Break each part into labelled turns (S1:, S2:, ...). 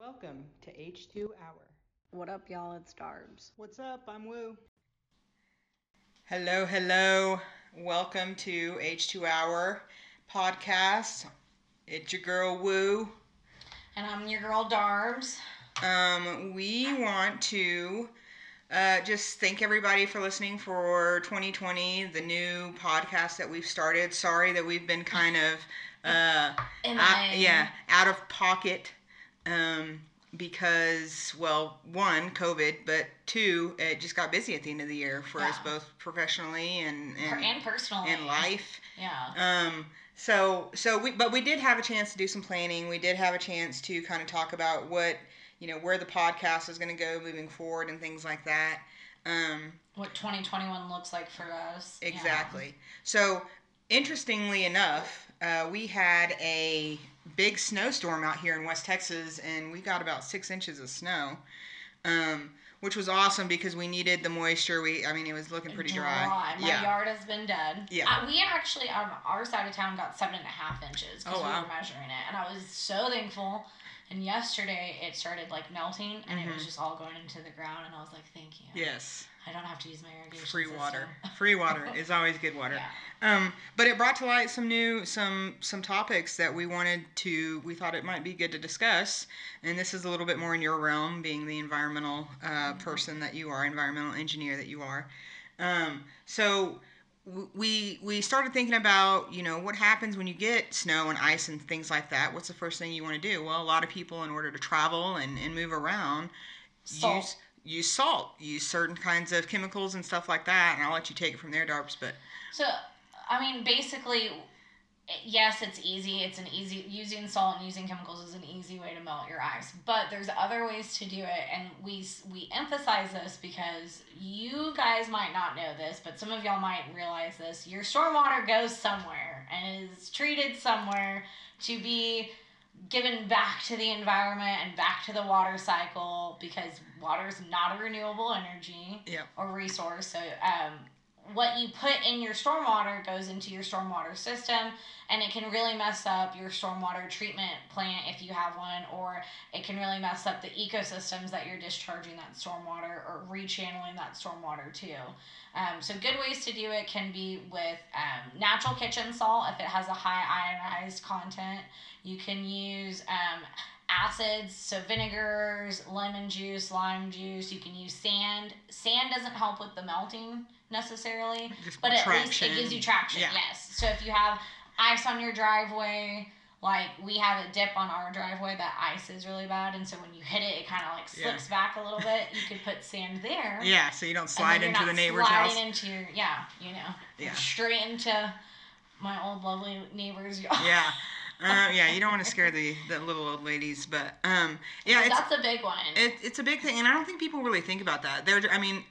S1: Welcome to H2 Hour.
S2: What up, y'all? It's Darbs.
S1: What's up? I'm Woo.
S3: Hello, hello. Welcome to H2 Hour podcast. It's your girl Woo.
S4: And I'm your girl Darbs.
S3: Um, we want to uh, just thank everybody for listening for 2020, the new podcast that we've started. Sorry that we've been kind of, uh,
S4: And
S3: out,
S4: I-
S3: yeah, out of pocket um, because, well, one, COVID, but two, it just got busy at the end of the year for us
S4: Yeah.
S3: both professionally and
S4: per-
S3: and,
S4: and personally.
S3: and life.
S4: Yeah.
S3: Um, so so we but we did have a chance to do some planning. We did have a chance to kind of talk about what you know where the podcast is going to go moving forward and things like that. Um,
S4: What 2021 looks like for us. Yeah.
S3: exactly. So interestingly enough, uh, we had a big snowstorm out here in West Texas, and we got about six inches of snow. Um, which was awesome because we needed the moisture. We, I mean, it was looking pretty dry.
S4: My
S3: yeah,
S4: yard has been dead.
S3: Yeah.
S4: Uh, we actually on our side of town got seven and a half inches because
S3: Oh, wow.
S4: we were measuring it, and I was so thankful. And yesterday it started like melting, and it
S3: Mm-hmm.
S4: was just all going into the ground, and I was like, "Thank you.
S3: yes,
S4: I don't have to use my irrigation
S3: free
S4: system."
S3: water. Free water is always good water.
S4: Yeah.
S3: Um, but it brought to light some new some some topics that we wanted to we thought it might be good to discuss. And this is a little bit more in your realm, being the environmental uh, person that you are, environmental engineer that you are. Um, so w- we we started thinking about you know what happens when you get snow and ice and things like that. What's the first thing you want to do? Well, a lot of people in order to travel and and move around
S4: Salt.
S3: use use salt, use certain kinds of chemicals and stuff like that. And I'll let you take it from there, Darbs, but.
S4: So, I mean, basically, yes, it's easy. It's an easy using salt and using chemicals is an easy way to melt your ice. But there's other ways to do it, and we s- we emphasize this because you guys might not know this, but some of y'all might realize this. Your stormwater goes somewhere and is treated somewhere to be given back to the environment and back to the water cycle because water is not a renewable energy
S3: Yep.
S4: or resource. So um, what you put in your stormwater goes into your stormwater system, and it can really mess up your stormwater treatment plant if you have one, or it can really mess up the ecosystems that you're discharging that stormwater or rechanneling that stormwater to. Um, so good ways to do it can be with um, natural kitchen salt if it has a high ionized content. You can use um, acids, so vinegars, lemon juice, lime juice. You can use sand. Sand doesn't help with the melting necessarily,
S3: Just
S4: but at
S3: traction.
S4: least it gives you traction.
S3: Yeah.
S4: Yes. So if you have ice on your driveway, like we have a dip on our driveway that ice is really bad, and so when you hit it, it kind of like
S3: Yeah.
S4: slips back a little bit. You could put sand there.
S3: Yeah, so you don't
S4: And then
S3: slide
S4: you're
S3: into
S4: not
S3: the neighbor's
S4: sliding
S3: house.
S4: into your yeah, you know,
S3: Yeah.
S4: straight into my old lovely neighbor's yard.
S3: yeah. Uh, yeah, you don't want to scare the, the little old ladies, but um, yeah, it's,
S4: that's a big one.
S3: it, it's a big thing, and I don't think people really think about that. They're, I mean,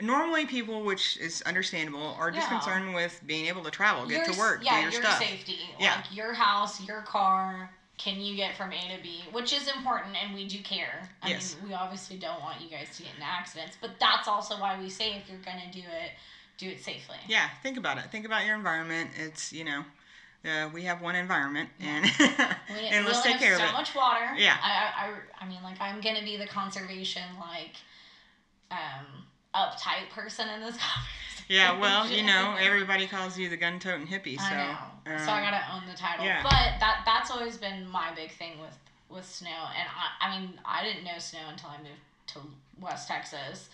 S3: normally people, which is understandable, are just
S4: Yeah.
S3: concerned with being able to travel, get
S4: Your
S3: to
S4: s-
S3: work,
S4: yeah,
S3: do your, stuff.
S4: safety,
S3: Yeah.
S4: like your house, your car. Can you get from A to B, which is important, and we do care. I
S3: Yes.
S4: mean, we obviously don't want you guys to get in accidents, but that's also why we say if you're gonna do it, do it safely.
S3: Yeah, think about it. Think about your environment. It's you know, uh, we have one environment, and
S4: We,
S3: and
S4: we
S3: let's
S4: only
S3: take
S4: have
S3: care of
S4: so
S3: it.
S4: much water.
S3: Yeah.
S4: I, I, I, I mean, like, I'm gonna be the conservation, like, um, uptight person in this conversation.
S3: Yeah, well, you know, everybody calls you the gun toting hippie, so
S4: I know.
S3: um,
S4: so I gotta own the title.
S3: yeah.
S4: But that that's always been my big thing with with snow, and I I mean I didn't know snow until I moved to West Texas,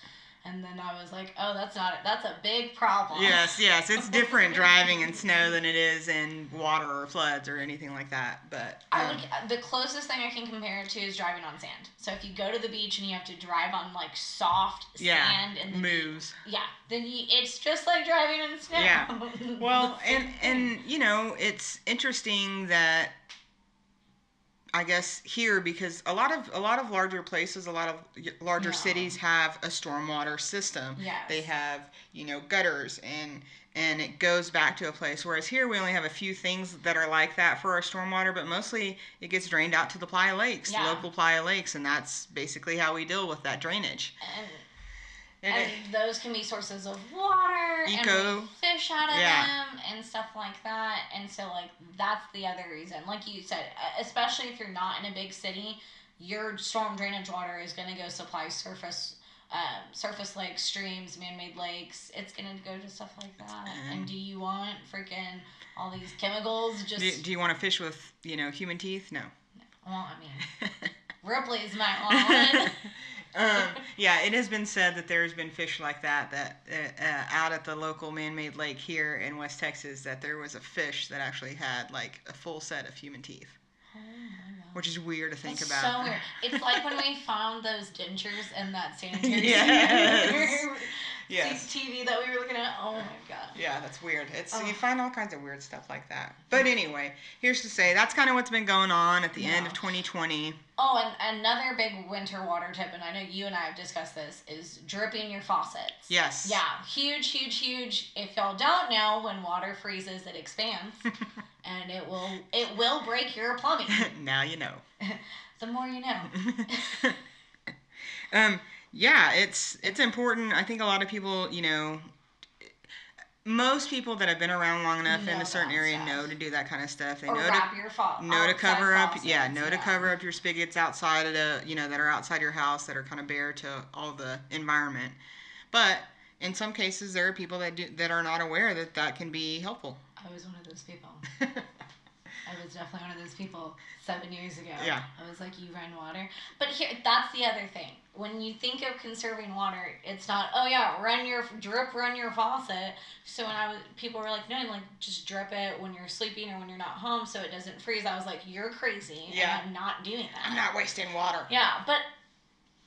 S4: and then I was like, oh, that's not that's a big problem.
S3: Yes, yes, it's different driving in snow than it is in water or floods or anything like that. But
S4: I
S3: um,
S4: would, the closest thing I can compare it to is driving on sand. So if you go to the beach and you have to drive on like soft
S3: Yeah,
S4: sand and then
S3: moves.
S4: Yeah, then you, it's just like driving in snow.
S3: Yeah. Well, and and you know, it's interesting that I guess here because a lot of a lot of larger places, a lot of y- larger
S4: Yeah.
S3: cities have a stormwater system.
S4: Yes.
S3: They have, you know, gutters and and it goes back to a place whereas here we only have a few things that are like that for our stormwater but mostly it gets drained out to the playa lakes the
S4: Yeah.
S3: local playa lakes and that's basically how we deal with that drainage
S4: and,
S3: And
S4: and
S3: it-
S4: those can be sources of water
S3: Eco.
S4: and we fish out of
S3: Yeah.
S4: them and stuff like that. And so like that's the other reason. Like you said, e- especially if you're not in a big city, your storm drainage water is going to go supply surface um, surface lakes, streams, man-made lakes. It's going to go to stuff like that. And do you want freaking all these chemicals? Just
S3: Do, do you want to fish with you know human teeth? No.
S4: well, I mean, Ripley's my one.
S3: um, yeah, it has been said that there has been fish like that that uh, uh, out at the local man-made lake here in West Texas that there was a fish that actually had like a full set of human teeth,
S4: Oh my God.
S3: which is weird to think
S4: That's
S3: about.
S4: so weird. It's like when we found those dentures in that sanitary
S3: Yes. yes.
S4: TV that we were looking at. Oh my god.
S3: Yeah, that's weird. It's
S4: Oh.
S3: you find all kinds of weird stuff like that. But anyway, here's to say that's kind of what's been going on at the end of
S4: Yeah.
S3: 2020.
S4: Oh, and another big winter water tip, and I know you and I have discussed this, is dripping your faucets.
S3: Yes.
S4: Yeah, huge, huge, huge. If y'all don't know, when water freezes, it expands, and it will it will break your plumbing.
S3: now you know.
S4: The more you know.
S3: um, yeah, it's it's important. I think a lot of people, you know, most people that have been around long enough in
S4: Know
S3: a certain
S4: that
S3: area
S4: stuff.
S3: know to do that kind of stuff. They
S4: Or
S3: know to
S4: wrap your faucet.
S3: know to cover up yeah know to cover up your spigots outside of the you know that are outside your house that are kind of bare to all the environment but in some cases there are people that do that are not aware that that can be helpful
S4: I was one of those people. I was definitely one of those people seven years ago.
S3: Yeah.
S4: I was like, you run water. But here, that's the other thing. When you think of conserving water, it's not, oh yeah, run your drip, run your faucet. So when I was, people were like, no, like just drip it when you're sleeping or when you're not home so it doesn't freeze. I was like, you're crazy.
S3: Yeah.
S4: And I'm not doing that.
S3: i'm not wasting water
S4: Yeah, but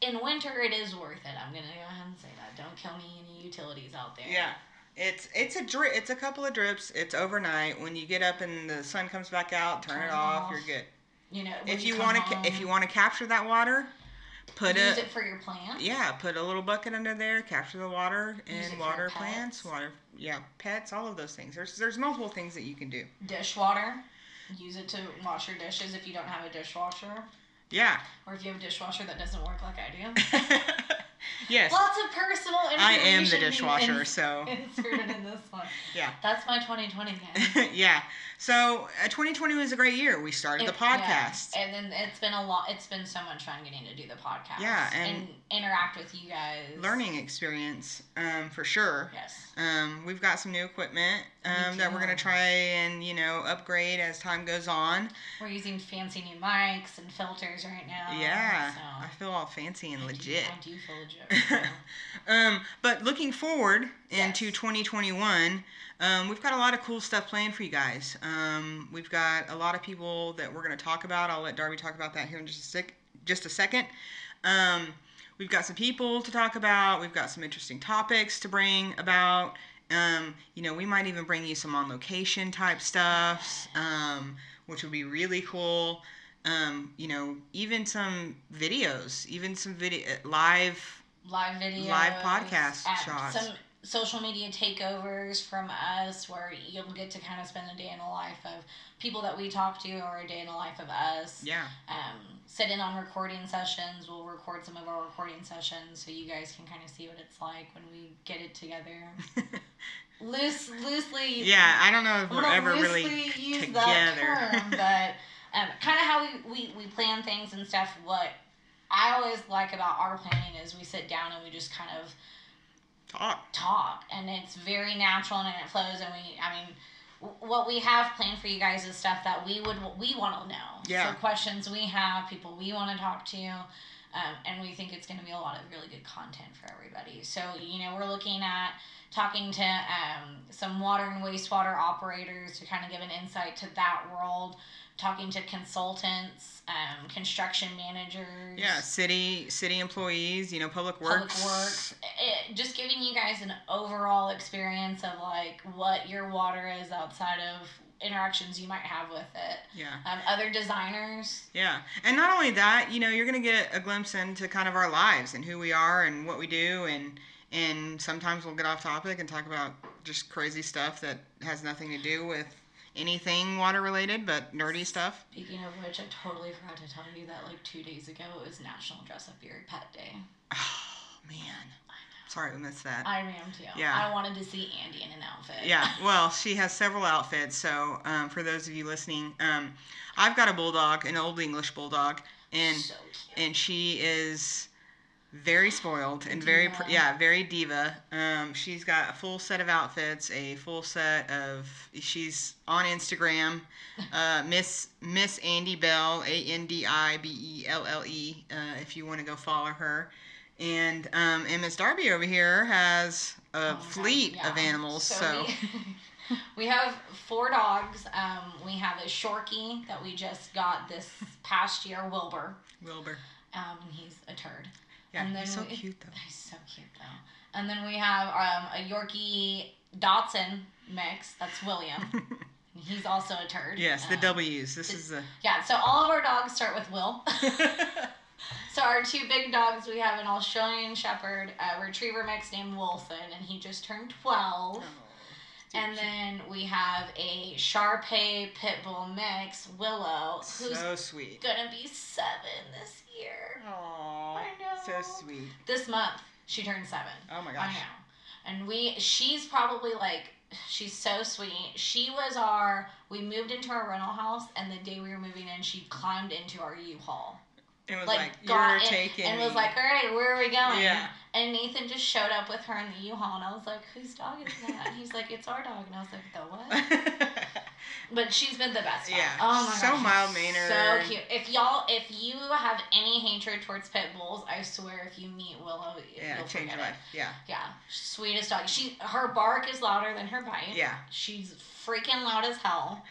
S4: in winter, it is worth it. I'm going to go ahead and say that. Don't kill me any utilities out there.
S3: yeah it's it's a drip it's a couple of drips it's overnight when you get up and the sun comes back out turn,
S4: Turn
S3: it
S4: it
S3: off,
S4: off.
S3: you're good
S4: You know, when
S3: if you
S4: come
S3: want to
S4: home,
S3: if you want to capture that water put
S4: use
S3: a
S4: it for your plants.
S3: Yeah, put a little bucket under there, capture the water,
S4: Use it
S3: and
S4: for
S3: water
S4: pets.
S3: plants, water, yeah, pets, all of those things. There's there's multiple things that you can do.
S4: dishwater. Use it to wash your dishes if you don't have a dishwasher,
S3: Yeah.
S4: or if you have a dishwasher that doesn't work like I do.
S3: yes,
S4: Lots of personal information.
S3: I am the
S4: being
S3: dishwasher,
S4: ins-
S3: so
S4: Inserted in this one.
S3: Yeah.
S4: That's my 2020 guys.
S3: yeah. So uh, 2020 was a great year. We started the
S4: It- yeah.
S3: podcast.
S4: And then it's been a lot. It's been so much fun getting to do the podcast.
S3: Yeah, and-
S4: interact with you guys.
S3: Learning experience, um, for sure.
S4: Yes.
S3: Um, we've got some new equipment
S4: We
S3: um, that we're
S4: do.
S3: gonna try and you know upgrade as time goes on.
S4: We're using fancy new mics and filters right now.
S3: yeah,
S4: Oh, So
S3: I feel all fancy and
S4: I do-
S3: legit.
S4: I do feel legit. right now.
S3: Um, but looking forward into
S4: Yes.
S3: 2021, um, we've got a lot of cool stuff planned for you guys. Um, we've got a lot of people that we're going to talk about. I'll let Darby talk about that here in just a sec. Just a second. Um, we've got some people to talk about. We've got some interesting topics to bring about. Um, you know, we might even bring you some on location type stuff, um, which would be really cool. Um, you know, even some videos, even some video live
S4: live videos,
S3: Live podcast
S4: and
S3: shots.
S4: some social media takeovers from us, where you'll get to kind of spend a day in the life of people that we talk to, or a day in the life of us.
S3: Yeah.
S4: Um, sit in on recording sessions. We'll record some of our recording sessions, so you guys can kind of see what it's like when we get it together. Loose, loosely.
S3: Yeah, I don't know if
S4: We'll
S3: we're ever
S4: loosely
S3: really
S4: use
S3: together.
S4: that term, but um, kind of how we, we, we plan things and stuff. What I always like about our planning is we sit down and we just kind of
S3: Talk.
S4: talk and it's very natural and it flows and we i mean w- what we have planned for you guys is stuff that we would we want to know
S3: Yeah.
S4: so questions we have people we want to talk to um, and we think it's going to be a lot of really good content for everybody so you know we're looking at talking to um, some water and wastewater operators to kind of give an insight to that world talking to consultants um, construction managers
S3: Yeah, city city employees, you know, public works.
S4: public works it, just giving you guys an overall experience of like what your water is outside of interactions you might have with it
S3: Yeah.
S4: um, other designers
S3: Yeah. And not only that, you know, you're going to get a glimpse into kind of our lives and who we are and what we do and and sometimes we'll get off topic and talk about just crazy stuff that has nothing to do with anything water related, but nerdy stuff.
S4: speaking of which i totally forgot to tell you that like two days ago it was national dress up your pet day
S3: Oh, man. Sorry we missed that.
S4: i am too
S3: Yeah.
S4: i wanted to see andy in an outfit
S3: Yeah, well, she has several outfits. So, um, for those of you listening, um, I've got a bulldog, an old English bulldog, and
S4: so cute.
S3: and she is very spoiled and very pr-
S4: Diva.
S3: yeah very diva um she's got a full set of outfits a full set of she's on instagram uh miss miss andy bell E a-n-d-i-b-e-l-l-e uh, if you want to go follow her and um and miss darby over here has
S4: Oh
S3: a
S4: my God,
S3: fleet of
S4: yeah.
S3: animals so,
S4: We, we have four dogs. Um, we have a Shorkie that we just got this past year, Wilbur.
S3: wilbur
S4: Um, he's a turd.
S3: yeah
S4: And then
S3: he's so
S4: we-
S3: cute though
S4: He's so cute though. And then we have um, a Yorkie Dotson mix. That's William. He's also a turd.
S3: yes the
S4: Um,
S3: w's this
S4: the-
S3: is the
S4: Yeah, so all of our dogs start with Will. so our two big dogs, we have an Australian Shepherd uh, Retriever mix named Wolfen, and he just turned
S3: Oh,
S4: 12. and then we have a Shar Pei Pit Bull mix, Willow, who's
S3: so sweet
S4: gonna be seven this year.
S3: Aww,
S4: I know.
S3: so sweet.
S4: This month, she turned seven.
S3: Oh my
S4: I
S3: gosh.
S4: know. And we, she's probably like, she's so sweet. She was our, we moved into our rental house, and the day we were moving in, she climbed into our U-Haul.
S3: It was
S4: Like,
S3: like,
S4: got
S3: you're
S4: in
S3: taking
S4: and was
S3: me."
S4: like, all right, where are we going?
S3: Yeah.
S4: And Nathan just showed up with her in the U-Haul, and I was like, whose dog is that? And he's like, it's our dog. And I was like, the what? But she's been the best. dog.
S3: Yeah,
S4: Oh my
S3: so
S4: gosh,
S3: mild-mannered.
S4: So cute. If y'all, if you have any hatred towards pit bulls, I swear, if you meet Willow,
S3: yeah,
S4: you'll
S3: it changed
S4: forget
S3: your
S4: it.
S3: life. Yeah,
S4: Yeah, sweetest dog. She her bark is louder than her bite.
S3: yeah.
S4: She's freaking loud as hell,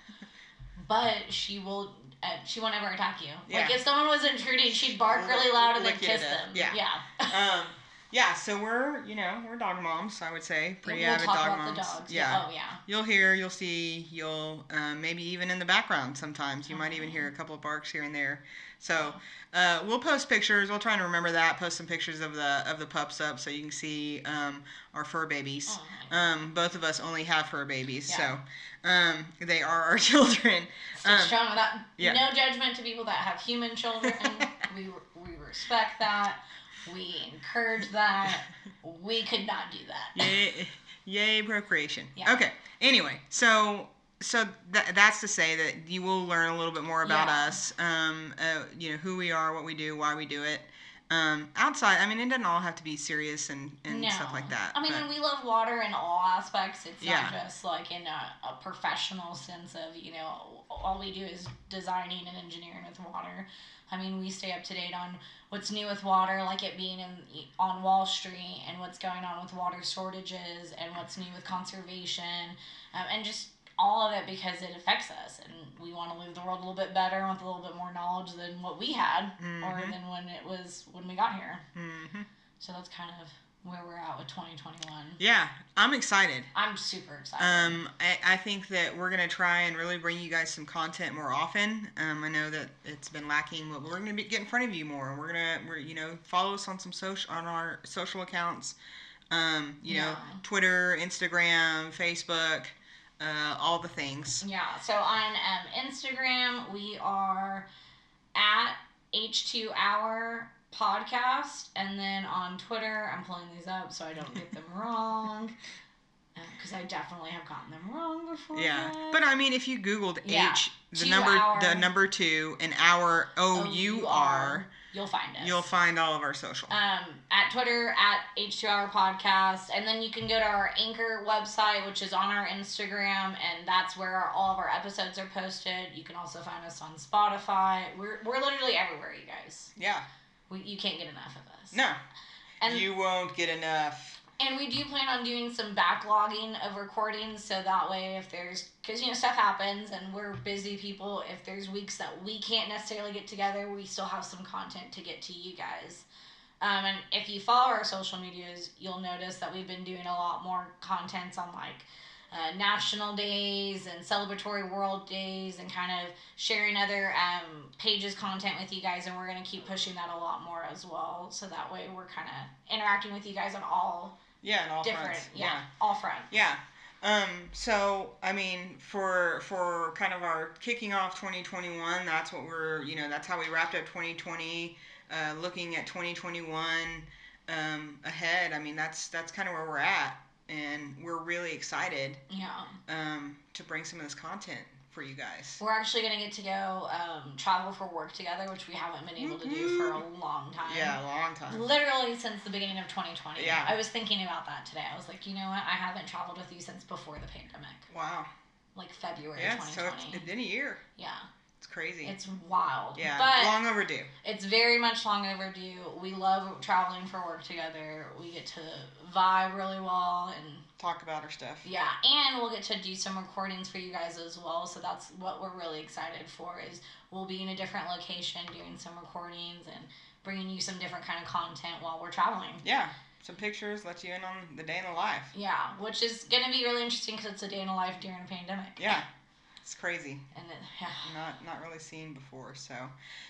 S4: but she will. Uh, she won't ever attack you. Like
S3: Yeah.
S4: if someone was intruding, she'd bark
S3: Lick-
S4: really loud and then
S3: lick you to
S4: kiss
S3: death.
S4: them.
S3: Yeah.
S4: Yeah.
S3: Um, yeah. So we're, you know, we're dog moms. I would say pretty
S4: we'll
S3: avid
S4: talk
S3: dog
S4: about
S3: moms.
S4: the dogs.
S3: Yeah.
S4: Oh yeah.
S3: You'll hear, you'll see, you'll uh, maybe even in the background sometimes. You might even hear a couple of barks here and there. So uh, we'll post pictures. We'll try and remember that. Post some pictures of the of the pups up so you can see um, our fur babies.
S4: Oh, my
S3: Um, both of us only have fur babies,
S4: Yeah.
S3: so um, they are our children.
S4: Stay
S3: um,
S4: strong with that.
S3: yeah.
S4: No judgment to people that have human children. we we respect that. We encourage that. We could not do that.
S3: yay, yay procreation.
S4: Yeah.
S3: Okay. Anyway, so so tha that's to say that you will learn a little bit more about
S4: Yeah.
S3: us. Um, uh, you know who we are, what we do, why we do it. Um, outside, I mean, it doesn't all have to be serious and, and stuff like that.
S4: I mean,
S3: but-
S4: and we love water in all aspects. It's
S3: Yeah.
S4: not just like in a, a professional sense of, you know, all we do is designing and engineering with water. I mean, we stay up to date on what's new with water, like it being in, on Wall Street, and what's going on with water shortages, and what's new with conservation, um, and just all of it because it affects us, and we want to leave the world a little bit better with a little bit more knowledge than what we had, or
S3: Mhm.
S4: than when it was when we got here.
S3: Mhm.
S4: So that's kind of where we're at with 2021.
S3: Yeah, I'm excited.
S4: I'm super excited.
S3: Um, I, I think that we're gonna try and really bring you guys some content more often. Um, I know that it's been lacking, but we're gonna be, get in front of you more. and We're gonna, we're, you know, follow us on some social on our social accounts. Um, you know,
S4: Yeah.
S3: Twitter, Instagram, Facebook, uh, all the things.
S4: yeah. So on um, Instagram, we are at H2 Hour Podcast. And then on Twitter, I'm pulling these up so I don't get them wrong. Because I definitely have gotten them wrong before.
S3: Yeah,
S4: that.
S3: but I mean, if you Googled
S4: Yeah.
S3: H, the
S4: Two
S3: number, the
S4: hour-
S3: number two, and our O U R,
S4: Oh, You'll find us.
S3: you'll find all of our social.
S4: um, at Twitter at H2Hour Podcast, and then you can go to our Anchor website, which is on our Instagram, and that's where our, all of our episodes are posted. You can also find us on Spotify. We're, we're literally everywhere, you guys.
S3: yeah.
S4: We, you can't get enough of us.
S3: No,
S4: and
S3: you won't get enough.
S4: and we do plan on doing some backlogging of recordings so that way if there's because you know stuff happens and we're busy people if there's weeks that we can't necessarily get together we still have some content to get to you guys um, and if you follow our social medias you'll notice that we've been doing a lot more contents on like uh, national days and celebratory world days and kind of sharing other um, pages content with you guys and we're going to keep pushing that a lot more as well so that way we're kind of interacting with you guys on all
S3: Yeah, in all
S4: different.
S3: fronts.
S4: Yeah, all fronts.
S3: Yeah. Um, so I mean, for for kind of our kicking off 2021, that's what we're you know that's how we wrapped up 2020. Uh, looking at 2021 um, ahead, I mean that's that's kind of where we're at, and we're really excited
S4: Yeah.
S3: um, to bring some of this content for you guys.
S4: We're actually gonna get to go um, travel for work together, which we haven't been able to do for a long time.
S3: Mm-hmm. Yeah, a long time.
S4: Literally since the beginning of 2020.
S3: Yeah.
S4: I was thinking about that today. I was like, you know what? I haven't traveled with you since before the pandemic,
S3: Wow.
S4: like February
S3: Yeah, so
S4: 2020.
S3: it's it's been a year.
S4: yeah,
S3: It's crazy.
S4: it's wild.
S3: yeah,
S4: but
S3: long overdue.
S4: it's very much long overdue. We love traveling for work together. We get to vibe really well, and
S3: Talk about our stuff.
S4: yeah, and we'll get to do some recordings for you guys as well. So that's what we're really excited for is we'll be in a different location doing some recordings and bringing you some different kind of content while we're traveling.
S3: Yeah, some pictures let you in on the day in the life.
S4: Yeah, which is gonna be really interesting because it's a day in the life during a pandemic.
S3: Yeah, it's crazy.
S4: And then, yeah.
S3: Not not really seen before. So,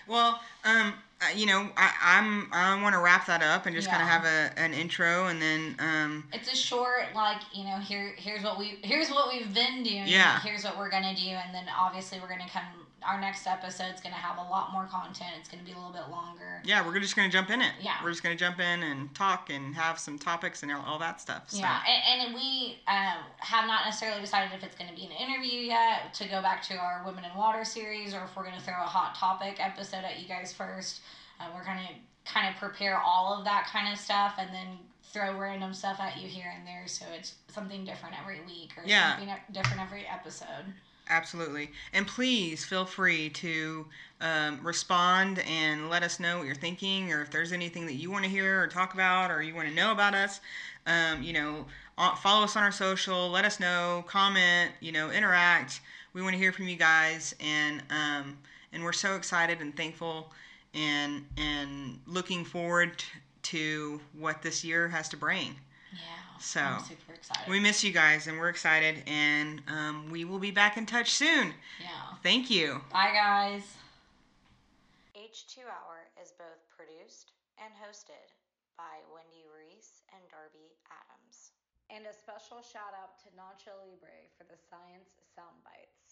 S3: well, um, I- you know, I I'm I want to wrap that up and just kind
S4: Yeah.
S3: of have a an intro and then um
S4: It's a short, like you know, here here's what we here's what we've been doing.
S3: Yeah.
S4: Here's what we're gonna do, and then obviously we're gonna come. Our next episode's gonna have a lot more content. It's gonna be a little bit longer.
S3: yeah we're just gonna jump in it.
S4: Yeah.
S3: we're just gonna jump in and talk and have some topics and all, all that stuff. So.
S4: Yeah, and, and we um, have not necessarily decided if it's going to be an interview yet to go back to our Women in Water series or if we're going to throw a hot topic episode at you guys first. Uh, we're going to kind of prepare all of that kind of stuff and then throw random stuff at you here and there so it's something different every week or
S3: Yeah.
S4: something e- different every episode.
S3: Absolutely. And please feel free to um, respond and let us know what you're thinking or if there's anything that you want to hear or talk about or you want to know about us. Um, you know, uh, follow us on our social, let us know, comment, you know, interact. We want to hear from you guys. And, um, and we're so excited and thankful and, and looking forward to what this year has to bring.
S4: Yeah.
S3: So,
S4: I'm super excited.
S3: We miss you guys and we're excited. And um, we will be back in touch soon.
S4: yeah.
S3: Thank you.
S4: Bye, guys.
S2: H2 Hour is both produced and hosted by Wendy Reese and Darby Adams. And a special shout out to Nacho Libre for the science sound bites.